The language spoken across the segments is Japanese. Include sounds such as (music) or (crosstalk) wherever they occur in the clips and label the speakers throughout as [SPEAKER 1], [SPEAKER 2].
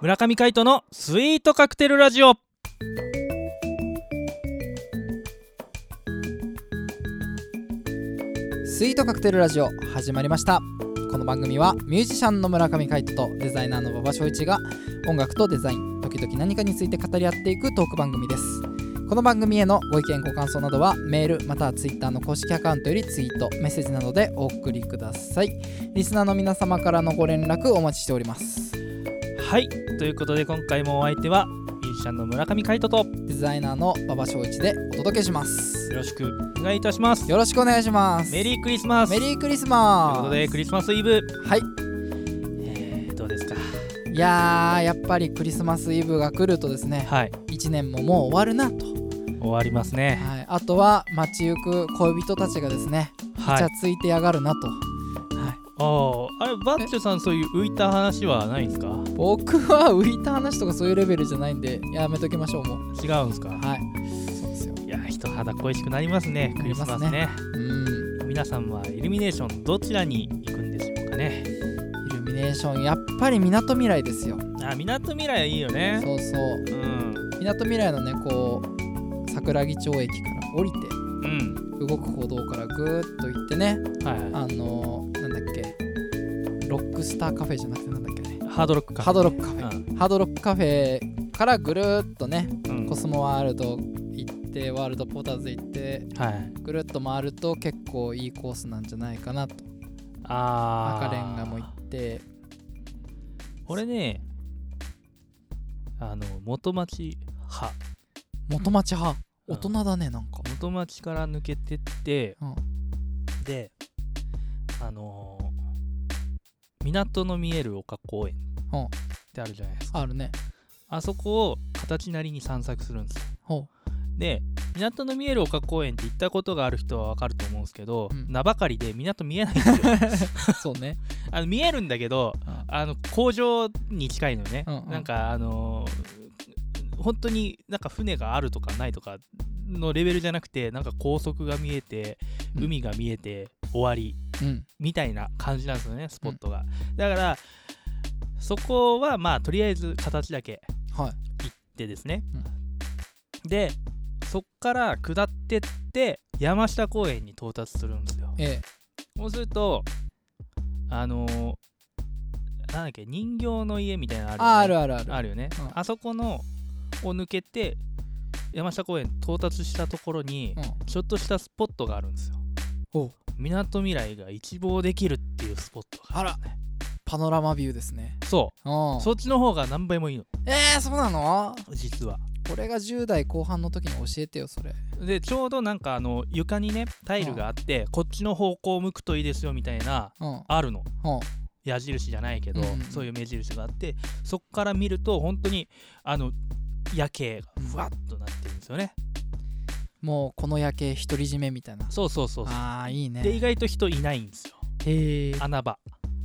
[SPEAKER 1] 村上海人のスイートカクテルラジオ
[SPEAKER 2] スイートカクテルラジオ始まりましたこの番組はミュージシャンの村上海人とデザイナーの馬場翔一が音楽とデザイン時々何かについて語り合っていくトーク番組ですこの番組へのご意見ご感想などはメールまたはツイッターの公式アカウントよりツイートメッセージなどでお送りくださいリスナーの皆様からのご連絡お待ちしております
[SPEAKER 1] はいということで今回もお相手はミュージシャンの村上海人とよ
[SPEAKER 2] デザイナーの馬場翔一でお届けします
[SPEAKER 1] ろしくお願いいたします
[SPEAKER 2] よろしくお願いします
[SPEAKER 1] メリークリスマス
[SPEAKER 2] メリークリス
[SPEAKER 1] とい
[SPEAKER 2] マ
[SPEAKER 1] う
[SPEAKER 2] ス
[SPEAKER 1] ことでクリスマスイブ
[SPEAKER 2] はい
[SPEAKER 1] えー、どうですか
[SPEAKER 2] いやーやっぱりクリスマスイブが来るとですね
[SPEAKER 1] はい
[SPEAKER 2] 1年ももう終わるなと、
[SPEAKER 1] 終わりますね
[SPEAKER 2] はい、あとは街行く恋人たちがですね
[SPEAKER 1] は
[SPEAKER 2] イ
[SPEAKER 1] い
[SPEAKER 2] チャついてやがるなと、はい、
[SPEAKER 1] あああれバッチョさんそういう浮いた話はないんですか
[SPEAKER 2] 僕は浮いた話とかそういうレベルじゃないんでやめときましょうもう
[SPEAKER 1] 違うんですか
[SPEAKER 2] はいそうですよ
[SPEAKER 1] いや人肌恋しくなりますねクリスマスね
[SPEAKER 2] なりうん
[SPEAKER 1] 皆さんはイルミネーションどちらに行くんでしょうかね
[SPEAKER 2] イルミネーションやっぱりみなとみらいですよ
[SPEAKER 1] あみなとみらいいいよね
[SPEAKER 2] そうそう
[SPEAKER 1] うん
[SPEAKER 2] みなとみらいのねこう桜木町駅から降りて
[SPEAKER 1] うん
[SPEAKER 2] 動く歩道からぐーっと行ってね
[SPEAKER 1] はいはい
[SPEAKER 2] あのー、なんだっけロックスターカフェじゃなくてなんだっけね
[SPEAKER 1] ハードロックか
[SPEAKER 2] ハードロックカフェ
[SPEAKER 1] うん
[SPEAKER 2] ハードロックカフェからぐるーっとね
[SPEAKER 1] うん
[SPEAKER 2] コスモワールド行ってワールドポーターズ行って
[SPEAKER 1] はい
[SPEAKER 2] ぐるっと回ると結構いいコースなんじゃないかなと
[SPEAKER 1] あー
[SPEAKER 2] 赤レンガも行って
[SPEAKER 1] 俺ねあの元町派
[SPEAKER 2] 元町派
[SPEAKER 1] うん
[SPEAKER 2] 大人だねなんか、
[SPEAKER 1] 元町から抜けてって
[SPEAKER 2] うん、
[SPEAKER 1] であのー港の見える丘公園
[SPEAKER 2] うん
[SPEAKER 1] ってあるじゃないですか
[SPEAKER 2] あるね
[SPEAKER 1] あそこを形なりに散策するんですよ
[SPEAKER 2] ほ
[SPEAKER 1] (laughs) で港の見える丘公園って行ったことがある人はわかると思うんですけど、
[SPEAKER 2] うん
[SPEAKER 1] 名ばかりで港見えないんですよ (laughs)
[SPEAKER 2] うそうね
[SPEAKER 1] あの見えるんだけど
[SPEAKER 2] うん
[SPEAKER 1] あの工場に近いのよね、
[SPEAKER 2] うんうん
[SPEAKER 1] なんかあのー本当になんか船があるとかないとかのレベルじゃなくてなんか高速が見えて
[SPEAKER 2] うん
[SPEAKER 1] 海が見えて終わり
[SPEAKER 2] うん
[SPEAKER 1] みたいな感じなんですよねスポットが、だからそこはまあとりあえず形だけ
[SPEAKER 2] はい
[SPEAKER 1] 行ってですね、でそっから下ってって山下公園に到達するんですよ
[SPEAKER 2] え
[SPEAKER 1] そうするとあのーなんだっけ人形の家みたいなの
[SPEAKER 2] えあ
[SPEAKER 1] あ
[SPEAKER 2] あ
[SPEAKER 1] る
[SPEAKER 2] る
[SPEAKER 1] よね
[SPEAKER 2] あるある
[SPEAKER 1] あるよね、
[SPEAKER 2] うん
[SPEAKER 1] あそこのを抜けて山下公園到達したところに
[SPEAKER 2] うん
[SPEAKER 1] ちょっとしたスポットがあるんですよ
[SPEAKER 2] おう
[SPEAKER 1] みなとみらいが一望できるっていうスポットが
[SPEAKER 2] あらパノラマビューですね
[SPEAKER 1] そううんそっちの方が何倍もいいの
[SPEAKER 2] えー、そうなの
[SPEAKER 1] 実は
[SPEAKER 2] 俺が10代後半の時に教えてよそれ
[SPEAKER 1] でちょうどなんかあの床にねタイルがあって、こっちの方向を向くといいですよみたいな
[SPEAKER 2] うんうん
[SPEAKER 1] あるの矢印じゃないけど、
[SPEAKER 2] うんうん
[SPEAKER 1] そういう目印があってそっから見ると本当にあの夜景がふわっとなってるんですよね、
[SPEAKER 2] もうこの夜景独り占めみたいな
[SPEAKER 1] そうそうそうそう
[SPEAKER 2] ああいいね
[SPEAKER 1] で意外と人いないんですよ
[SPEAKER 2] へえ
[SPEAKER 1] 穴場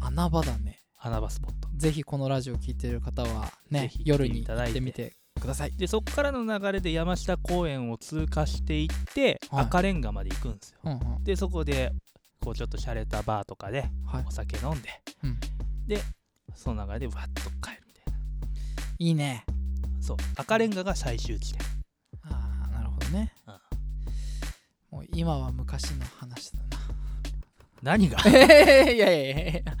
[SPEAKER 2] 穴場だね
[SPEAKER 1] 穴場スポット
[SPEAKER 2] ぜひこのラジオ聞いてる方は
[SPEAKER 1] ぜ
[SPEAKER 2] ね
[SPEAKER 1] ひ
[SPEAKER 2] 夜
[SPEAKER 1] 聞いてい
[SPEAKER 2] に
[SPEAKER 1] ただ
[SPEAKER 2] 行
[SPEAKER 1] い
[SPEAKER 2] っててみてください
[SPEAKER 1] でそっからの流れで山下公園を通過していって、
[SPEAKER 2] はい
[SPEAKER 1] 赤レンガまで行くんですよ
[SPEAKER 2] うんうん
[SPEAKER 1] でそこでこうちょっと洒落たバーとかで
[SPEAKER 2] はい
[SPEAKER 1] お酒飲んで、
[SPEAKER 2] うん
[SPEAKER 1] でその流れでわっと帰るみたい
[SPEAKER 2] いいね
[SPEAKER 1] なそう赤レンガが最終地点
[SPEAKER 2] ああなるほどね
[SPEAKER 1] うん
[SPEAKER 2] もう今は昔の話だな (laughs)
[SPEAKER 1] 何が
[SPEAKER 2] えいやいやいや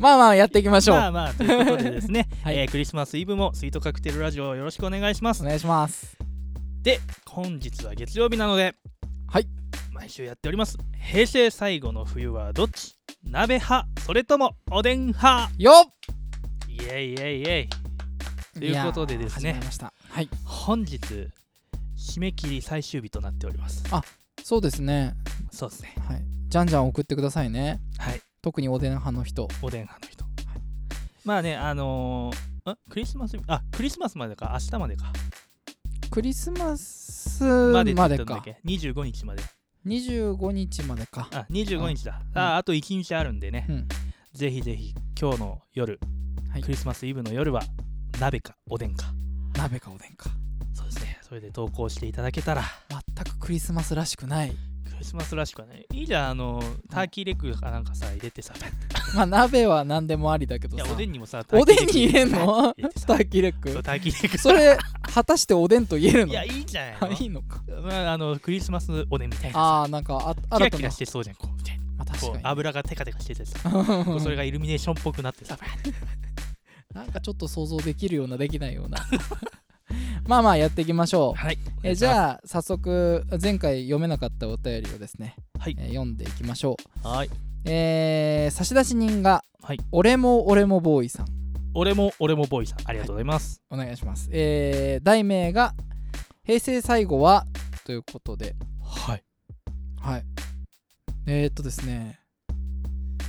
[SPEAKER 2] まあまあやっていきましょう、
[SPEAKER 1] まあまあということでです (laughs) ね、
[SPEAKER 2] はい
[SPEAKER 1] えークリスマスイブもスイートカクテルラジオをよろしくお願いします
[SPEAKER 2] お願いします
[SPEAKER 1] で本日は月曜日なのでは
[SPEAKER 2] はい
[SPEAKER 1] 毎週やっております平成最後の冬はどっち鍋派それともおでん派
[SPEAKER 2] よ
[SPEAKER 1] イエイイエイイエイ
[SPEAKER 2] っ
[SPEAKER 1] ということでですね
[SPEAKER 2] いやー始まりましたはい
[SPEAKER 1] 本日締め切り最終日となっております
[SPEAKER 2] そうですね
[SPEAKER 1] そうですね
[SPEAKER 2] はいじゃんじゃん送ってくださいね
[SPEAKER 1] はい
[SPEAKER 2] 特におでん派の人
[SPEAKER 1] おでん派の人、まあねあのーんクリスマスあクリスマスまでか明日までか
[SPEAKER 2] クリスマス
[SPEAKER 1] ま
[SPEAKER 2] ま
[SPEAKER 1] でって
[SPEAKER 2] で
[SPEAKER 1] 言ったんだっ
[SPEAKER 2] か
[SPEAKER 1] け25日まで
[SPEAKER 2] 25日までか
[SPEAKER 1] あ25日だ、
[SPEAKER 2] うん
[SPEAKER 1] ああと1日あるんでね、
[SPEAKER 2] うん
[SPEAKER 1] ぜひぜひ今日の夜、
[SPEAKER 2] はい
[SPEAKER 1] クリスマスイブの夜は鍋かおでんか
[SPEAKER 2] 鍋かおでんか
[SPEAKER 1] そうですねそれで投稿していただけたら
[SPEAKER 2] 全くクリスマスらしくない (laughs)
[SPEAKER 1] クリスマスらしくはねいいじゃんあのターキーレッグかなんかさ入れてさ
[SPEAKER 2] まあ鍋は何でもありだけど
[SPEAKER 1] い
[SPEAKER 2] さ
[SPEAKER 1] やおでんにもさ
[SPEAKER 2] おでんに入れんの
[SPEAKER 1] 入れてさ
[SPEAKER 2] ターキーレッ
[SPEAKER 1] そ
[SPEAKER 2] グ
[SPEAKER 1] うターキーレッグ
[SPEAKER 2] それ果たしておでんと言えるの
[SPEAKER 1] いやいいじゃない
[SPEAKER 2] あ
[SPEAKER 1] の
[SPEAKER 2] いいのか
[SPEAKER 1] まあ、あのクリスマスおでんみたいなさ
[SPEAKER 2] ああなんかあ
[SPEAKER 1] キラ
[SPEAKER 2] 新た
[SPEAKER 1] キ
[SPEAKER 2] な
[SPEAKER 1] ラしてそうじゃんこうみたいな
[SPEAKER 2] まあ
[SPEAKER 1] こう
[SPEAKER 2] 確か
[SPEAKER 1] 油がテカテカしててさ
[SPEAKER 2] に
[SPEAKER 1] それがイルミネーションっぽくなってさ
[SPEAKER 2] なんかちょっと想像できるようなできないよう (laughs) なまあまあやっていきましょう
[SPEAKER 1] はい
[SPEAKER 2] えじ
[SPEAKER 1] あ
[SPEAKER 2] ゃあ早速前回読めなかったお便りをですね、
[SPEAKER 1] はい
[SPEAKER 2] えー読んでいきましょう、
[SPEAKER 1] はい
[SPEAKER 2] えー差出人が、
[SPEAKER 1] はい
[SPEAKER 2] 俺も俺もボーイさん
[SPEAKER 1] 俺も俺もボーイさんありがとうございます
[SPEAKER 2] お願いします、えー題名が「平成最後は」ということで
[SPEAKER 1] はい
[SPEAKER 2] はいえー、っとですね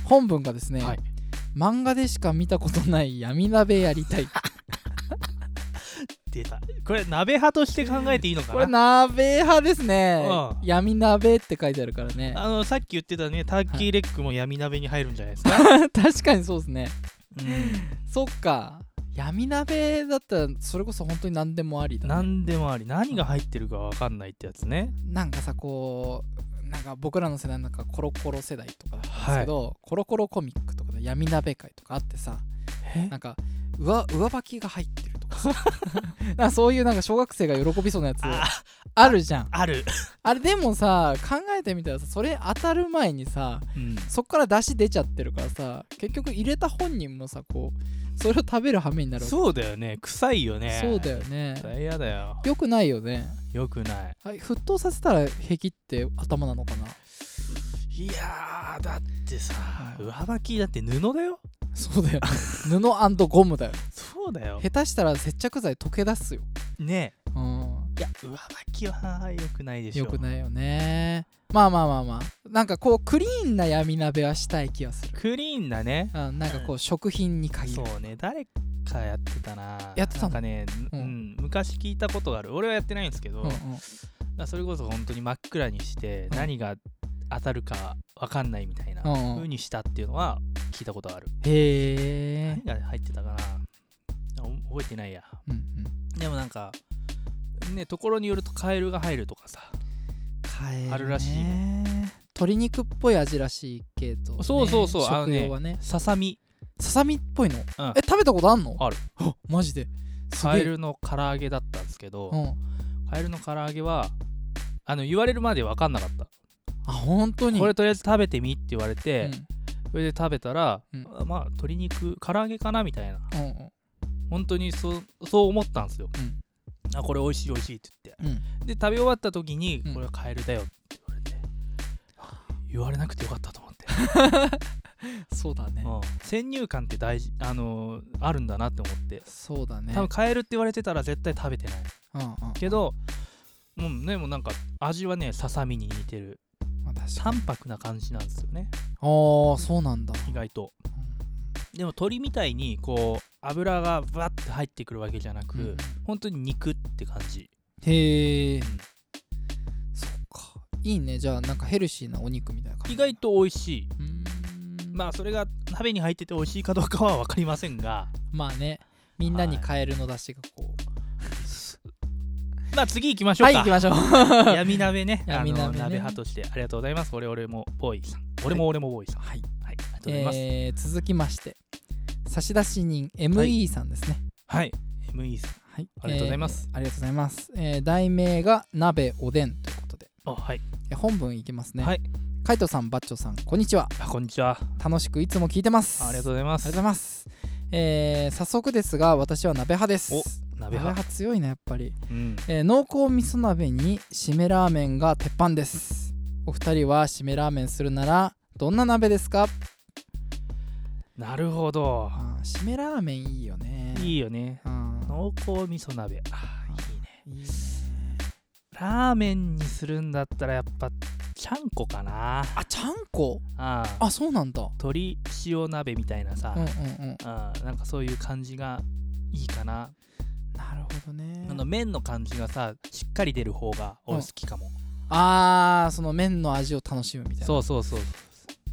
[SPEAKER 2] 本文がですね、
[SPEAKER 1] はい
[SPEAKER 2] 漫画でしか見たことない闇鍋やり
[SPEAKER 1] (laughs)
[SPEAKER 2] たい
[SPEAKER 1] 出たこれ鍋派として考えていいのかな
[SPEAKER 2] これ鍋派ですね、
[SPEAKER 1] うん
[SPEAKER 2] 闇鍋って書いてあるからね
[SPEAKER 1] あのさっき言ってたねターキーレッグも闇鍋に入るんじゃないですか、
[SPEAKER 2] (laughs) 確かにそうですね
[SPEAKER 1] うん
[SPEAKER 2] そっか闇鍋だったらそれこそ本当に何でもありだ、ね、
[SPEAKER 1] 何でもあり何が入ってるかわかんないってやつね
[SPEAKER 2] なんかさこうなんか僕らの世代なんかコロコロ世代とかだったんですけど、コロコロコミックとかで闇鍋会とかあってさ
[SPEAKER 1] え
[SPEAKER 2] なんか上上履きが入ってるとかさ (laughs) なんかそういうなんか小学生が喜びそうなやつ
[SPEAKER 1] あ
[SPEAKER 2] あるじゃん
[SPEAKER 1] ある、
[SPEAKER 2] あれでもさ考えてみたらさそれ当たる前にさ
[SPEAKER 1] うん、
[SPEAKER 2] そっから出汁出ちゃってるからさ結局入れた本人もさこうそれを食べる羽目になるわけ
[SPEAKER 1] そうだよね臭いよね
[SPEAKER 2] そうだよね
[SPEAKER 1] それ嫌だよ
[SPEAKER 2] よくないよね
[SPEAKER 1] よくない
[SPEAKER 2] あ沸騰させたら平気って頭なのかない
[SPEAKER 1] やーだってさ上履きだって布だよ
[SPEAKER 2] そうだよ
[SPEAKER 1] (laughs)
[SPEAKER 2] 布ゴムだよ
[SPEAKER 1] そうだよ
[SPEAKER 2] 下手したら接着剤溶け出すよ、
[SPEAKER 1] ね
[SPEAKER 2] うん、
[SPEAKER 1] えいや上履きはよくないでしょ
[SPEAKER 2] よくないよねまあまあまあまあなんかこうクリーンな闇鍋はしたい気がする、
[SPEAKER 1] クリーンだね
[SPEAKER 2] うん、なんかこう食品に限
[SPEAKER 1] そ
[SPEAKER 2] る
[SPEAKER 1] うね誰かやってたな
[SPEAKER 2] やってたの
[SPEAKER 1] なんかね、
[SPEAKER 2] う
[SPEAKER 1] うんん昔聞いたことがある俺はやってないんですけど、
[SPEAKER 2] うんうん
[SPEAKER 1] だからそれこそ本当に真っ暗にして
[SPEAKER 2] うん
[SPEAKER 1] 何が当たるか分かんないみたいな
[SPEAKER 2] うんうん
[SPEAKER 1] 風にしたっていうのは聞いたことある、
[SPEAKER 2] へえ
[SPEAKER 1] 何が入ってたかなお覚えてないや
[SPEAKER 2] うんうん
[SPEAKER 1] でもなんかねところによるとカエルが入るとかさ
[SPEAKER 2] カエルね
[SPEAKER 1] あるらしい
[SPEAKER 2] 鶏肉っぽい味らしいけど、ね、
[SPEAKER 1] そうそうそうあの
[SPEAKER 2] 食
[SPEAKER 1] ね
[SPEAKER 2] 用はね
[SPEAKER 1] ささみ
[SPEAKER 2] ささみっぽいの、
[SPEAKER 1] ん
[SPEAKER 2] え食べたことあんの
[SPEAKER 1] ある
[SPEAKER 2] マジです
[SPEAKER 1] カ
[SPEAKER 2] げ
[SPEAKER 1] エ
[SPEAKER 2] え、
[SPEAKER 1] ルの唐揚げだったんですけど、
[SPEAKER 2] うん、
[SPEAKER 1] カエルの唐揚げはあの言われるまで分かんなかった
[SPEAKER 2] あ本当に
[SPEAKER 1] これとりあえず食べてみって言われて、
[SPEAKER 2] うん
[SPEAKER 1] それで食べたら、
[SPEAKER 2] うん
[SPEAKER 1] あまあ鶏肉唐揚げかなみたいな
[SPEAKER 2] うんうん
[SPEAKER 1] 本当にそうそう思ったんですよ、あこれ美味しい美味しいって言って
[SPEAKER 2] うん
[SPEAKER 1] で食べ終わった時に、
[SPEAKER 2] うん
[SPEAKER 1] これはカエルだよって言われて言われなくてよかったと思って、
[SPEAKER 2] そうだね、
[SPEAKER 1] うん先入観って大事あのーあるんだなって思って
[SPEAKER 2] そうだね
[SPEAKER 1] 多分カエルって言われてたら絶対食べてない
[SPEAKER 2] うんうんま
[SPEAKER 1] けどもうねもうなんか味はねささみに似てる
[SPEAKER 2] あ、確かに
[SPEAKER 1] 淡白な感じなんですよね
[SPEAKER 2] あーそうなんだ、
[SPEAKER 1] 意外とでも鶏みたいにこう油がバッて入ってくるわけじゃなく、
[SPEAKER 2] うんうん
[SPEAKER 1] 本当に肉って感じ
[SPEAKER 2] へえそっかいいねじゃあなんかヘルシーなお肉みたいな感じ
[SPEAKER 1] 意外と美味しい
[SPEAKER 2] ま
[SPEAKER 1] まあそれが鍋に入ってて美味しいかどうかは分かりませんが
[SPEAKER 2] まあねみんなにカエルの出汁がこ
[SPEAKER 1] まあ次行きまし
[SPEAKER 2] う
[SPEAKER 1] ょ
[SPEAKER 2] は
[SPEAKER 1] う
[SPEAKER 2] い
[SPEAKER 1] か、
[SPEAKER 2] 行きましょう
[SPEAKER 1] (laughs) 闇鍋ね
[SPEAKER 2] (laughs) 闇鍋ね
[SPEAKER 1] あの鍋派としてありがとうございます俺俺もボーイさん俺も俺もボーイさんはい、はい、ありがとうございます、
[SPEAKER 2] えー続きまして差出人 ME さんですね、
[SPEAKER 1] はい ME さん
[SPEAKER 2] はい
[SPEAKER 1] ありがとうございます、
[SPEAKER 2] えーありがとうございます、えー題名が鍋おでんということで
[SPEAKER 1] あはい
[SPEAKER 2] えー本文いきますね
[SPEAKER 1] はい
[SPEAKER 2] カイトさんバッチョさんこんにちは
[SPEAKER 1] あこんにちは
[SPEAKER 2] 楽しくいつも聞いてます
[SPEAKER 1] ありがとうございま
[SPEAKER 2] ありがと
[SPEAKER 1] す
[SPEAKER 2] うございます。えー早速ですが私は鍋派です。
[SPEAKER 1] お鍋
[SPEAKER 2] 鍋
[SPEAKER 1] 派
[SPEAKER 2] 派強いなやっぱり、
[SPEAKER 1] うん
[SPEAKER 2] えー濃厚味噌鍋に締めラーメンが鉄板です。お二人は締めラーメンするならどんな鍋ですか？
[SPEAKER 1] なるほど
[SPEAKER 2] あー締めラーメンいいよね。
[SPEAKER 1] いいよね
[SPEAKER 2] うん
[SPEAKER 1] 濃厚味噌鍋あーいいね
[SPEAKER 2] いいね
[SPEAKER 1] ラーメンにするんだったらやっぱちゃんこかな
[SPEAKER 2] あちゃんこ
[SPEAKER 1] ああ
[SPEAKER 2] あそうなんだ。
[SPEAKER 1] 鶏塩鍋みたいなさ、
[SPEAKER 2] うんうんうん。
[SPEAKER 1] ああなんかそういう感じがいいかな、
[SPEAKER 2] なるほどね
[SPEAKER 1] あ。の麺の感じがさしっかり出る方が俺好きかも、
[SPEAKER 2] あーその麺の味を楽しむみたいな。
[SPEAKER 1] そうそうそう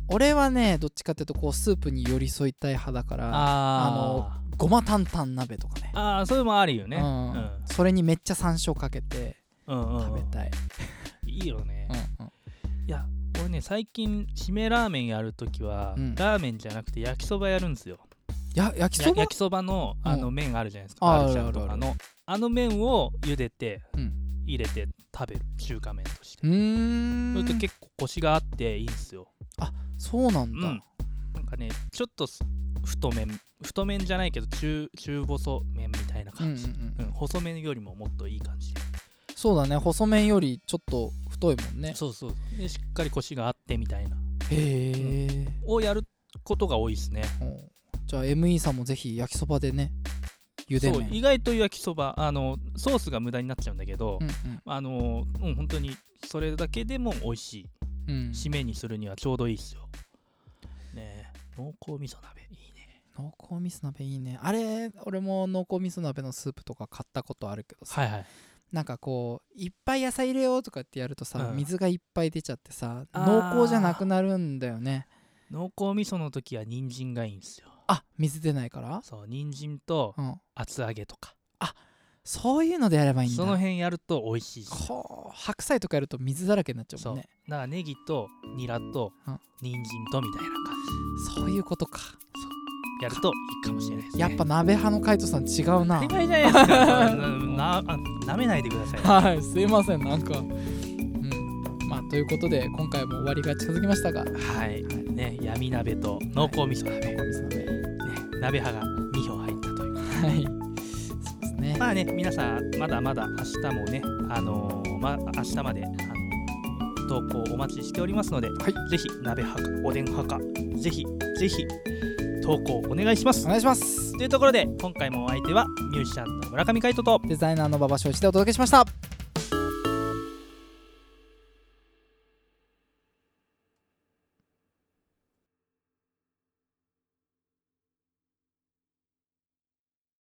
[SPEAKER 2] 俺はねどっちかっていうとこうスープに寄り添いたい派だから
[SPEAKER 1] あー
[SPEAKER 2] ごま担々鍋とかね。
[SPEAKER 1] ああーそういうのもあるよね
[SPEAKER 2] う
[SPEAKER 1] うんん
[SPEAKER 2] それにめっちゃ山椒かけて
[SPEAKER 1] うんうんうん
[SPEAKER 2] 食べたい、
[SPEAKER 1] いいよね、
[SPEAKER 2] うん
[SPEAKER 1] いやね最近締めラーメンやるときは、
[SPEAKER 2] うん
[SPEAKER 1] ラーメンじゃなくて焼きそばやるんですよ
[SPEAKER 2] や焼きそ
[SPEAKER 1] や
[SPEAKER 2] ば
[SPEAKER 1] 焼きそばのあの
[SPEAKER 2] うん
[SPEAKER 1] 麺あるじゃないですか、
[SPEAKER 2] ああ
[SPEAKER 1] あるちゃんと
[SPEAKER 2] あ
[SPEAKER 1] か
[SPEAKER 2] る
[SPEAKER 1] のあの麺を茹でて、
[SPEAKER 2] うん
[SPEAKER 1] 入れて食べる中華麺として
[SPEAKER 2] うーん
[SPEAKER 1] それと結構コシがあっていいんですよ
[SPEAKER 2] そうなんだ、
[SPEAKER 1] うんなんかねちょっとす太麺太麺じゃないけど中中細麺みたいな
[SPEAKER 2] うんう
[SPEAKER 1] 感
[SPEAKER 2] んう
[SPEAKER 1] じ、うん
[SPEAKER 2] ん
[SPEAKER 1] 細麺よりももっといい感じ
[SPEAKER 2] そうだね細麺よりちょっと太いもんね
[SPEAKER 1] そうそうでしっかりコシがあってみたいな
[SPEAKER 2] へえ、
[SPEAKER 1] をやることが多いですね
[SPEAKER 2] うんじゃあ ME さんもぜひ焼きそばでね茹で
[SPEAKER 1] そう
[SPEAKER 2] 麺
[SPEAKER 1] 意外と焼きそばあのソースが無駄になっちゃうんだけど、
[SPEAKER 2] うん
[SPEAKER 1] あのうん本当にそれだけでも美味しい
[SPEAKER 2] うんうん
[SPEAKER 1] 締めにするにはちょうどいいですよねえ濃厚味噌鍋いいね
[SPEAKER 2] 濃厚味噌鍋いいねあれ俺も濃厚味噌鍋のスープとか買ったことあるけどさ、
[SPEAKER 1] はいはい
[SPEAKER 2] なんかこういっぱい野菜入れようとかってやるとさ、
[SPEAKER 1] うん
[SPEAKER 2] 水がいっぱい出ちゃってさ
[SPEAKER 1] あー
[SPEAKER 2] 濃厚じゃなくなるんだよね
[SPEAKER 1] 濃厚味噌の時は人参がいいんですよ
[SPEAKER 2] あ水出ないから
[SPEAKER 1] そう人参と
[SPEAKER 2] うん
[SPEAKER 1] 厚揚げとか
[SPEAKER 2] そういうのでやればいいんだ
[SPEAKER 1] その辺やると美味しいですよ
[SPEAKER 2] こう白菜とかやると水だらけになっちゃう
[SPEAKER 1] そ
[SPEAKER 2] も
[SPEAKER 1] うんだ
[SPEAKER 2] ね
[SPEAKER 1] からネギとニラと
[SPEAKER 2] うん
[SPEAKER 1] 人参とみたいな感
[SPEAKER 2] そういうことか
[SPEAKER 1] じやるといいかもしれないですね
[SPEAKER 2] やっぱ鍋派のカイトさん違うな
[SPEAKER 1] 当たり前じゃないですかな (laughs) ななめないでください
[SPEAKER 2] はいすいませんなんかうんまあということで今回も終わりが近づきましたが
[SPEAKER 1] はい、ね、闇鍋と濃厚味噌鍋、ね、
[SPEAKER 2] 濃厚味噌鍋
[SPEAKER 1] 鍋派が2票入ったという。
[SPEAKER 2] はいそうですね
[SPEAKER 1] まあね、皆さん、まだまだ明日もね、あのーまあ、明日まで、あのー投稿お待ちしておりますので、
[SPEAKER 2] はい
[SPEAKER 1] ぜひ鍋派かおでん派か、ぜひぜひ投稿お願いします
[SPEAKER 2] お。願いします
[SPEAKER 1] というところで、今回もお相手はミュージシャンの村上海人と
[SPEAKER 2] デザイナーの馬場正一でお届けしました